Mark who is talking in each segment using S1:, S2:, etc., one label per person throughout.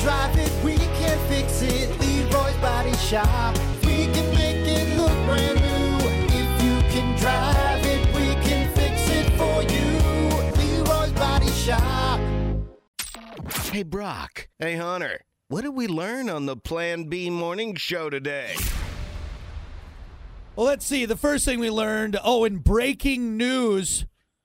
S1: drive it, we can fix it. Leroy's Body Shop. We can make it look brand new. If you can drive it, we can fix it for you. Leroy's Body Shop.
S2: Hey, Brock,
S3: Hey, Hunter, what did we learn on the Plan B morning show today?
S4: Well, let's see. The first thing we learned oh, in breaking news,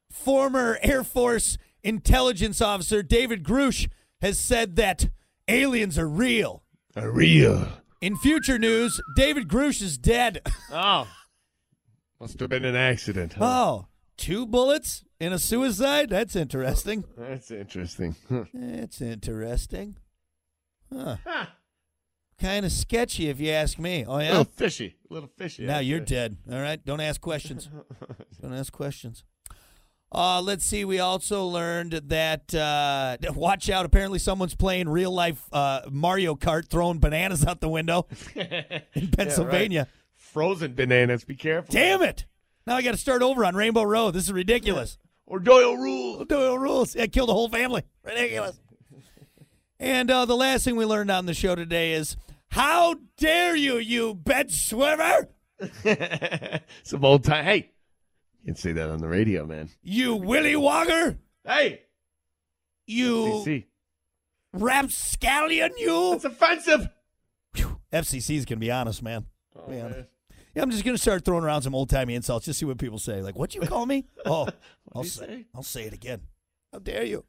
S4: former Air Force intelligence officer David Grush has said that aliens are real.
S3: A real.
S4: In future news, David Grush is dead.
S5: Oh,
S3: Must have been an accident.
S4: Oh, two bullets in a suicide? That's interesting.
S3: That's interesting.
S4: That's interesting. Huh. Kind of sketchy, if you ask me. Oh, yeah?
S3: fishy. A little fishy.
S4: Now you're dead. All right. Don't ask questions. Don't ask questions. Uh, let's see. We also learned that uh, watch out. Apparently, someone's playing real life uh, Mario Kart, throwing bananas out the window in Pennsylvania.
S3: Frozen bananas. Be careful.
S4: Damn it! Now I got to start over on Rainbow Road. This is ridiculous.
S3: Or Doyle rule.
S4: Doyle rules. Yeah, killed a whole family. Ridiculous. And uh, the last thing we learned on the show today is how dare you, you bed swimmer,
S3: Some old time. Hey, you can say that on the radio, man.
S4: you Willy Wogger,
S3: Hey,
S4: you.
S3: CC.
S4: rapscallion you.
S3: It's offensive. Oh,
S4: FCC's gonna be honest, man. Be honest. Yeah, I'm just gonna start throwing around some old timey insults. Just see what people say. Like, what you call me? Oh, I'll
S3: you
S4: say,
S3: say?
S4: I'll say it again. How dare you?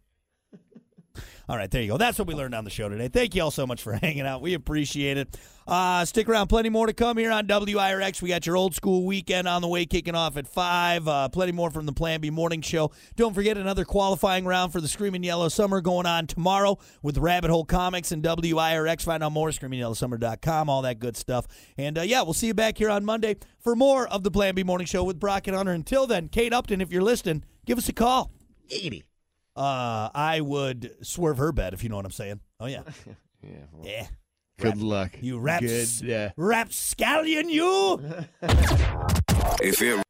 S4: All right, there you go. That's what we learned on the show today. Thank you all so much for hanging out. We appreciate it. Uh, stick around. Plenty more to come here on WIRX. We got your old school weekend on the way, kicking off at 5. Uh, plenty more from the Plan B Morning Show. Don't forget another qualifying round for the Screaming Yellow Summer going on tomorrow with Rabbit Hole Comics and WIRX. Find out more at screamingyellowsummer.com, all that good stuff. And uh, yeah, we'll see you back here on Monday for more of the Plan B Morning Show with Brock and Hunter. Until then, Kate Upton, if you're listening, give us a call uh, I would swerve her bed if you know what I'm saying. Oh yeah,
S3: Yeah. well,
S4: yeah.
S3: Good luck.
S4: You raps,
S3: Good. Yeah.
S4: rapscallion, you.
S6: If it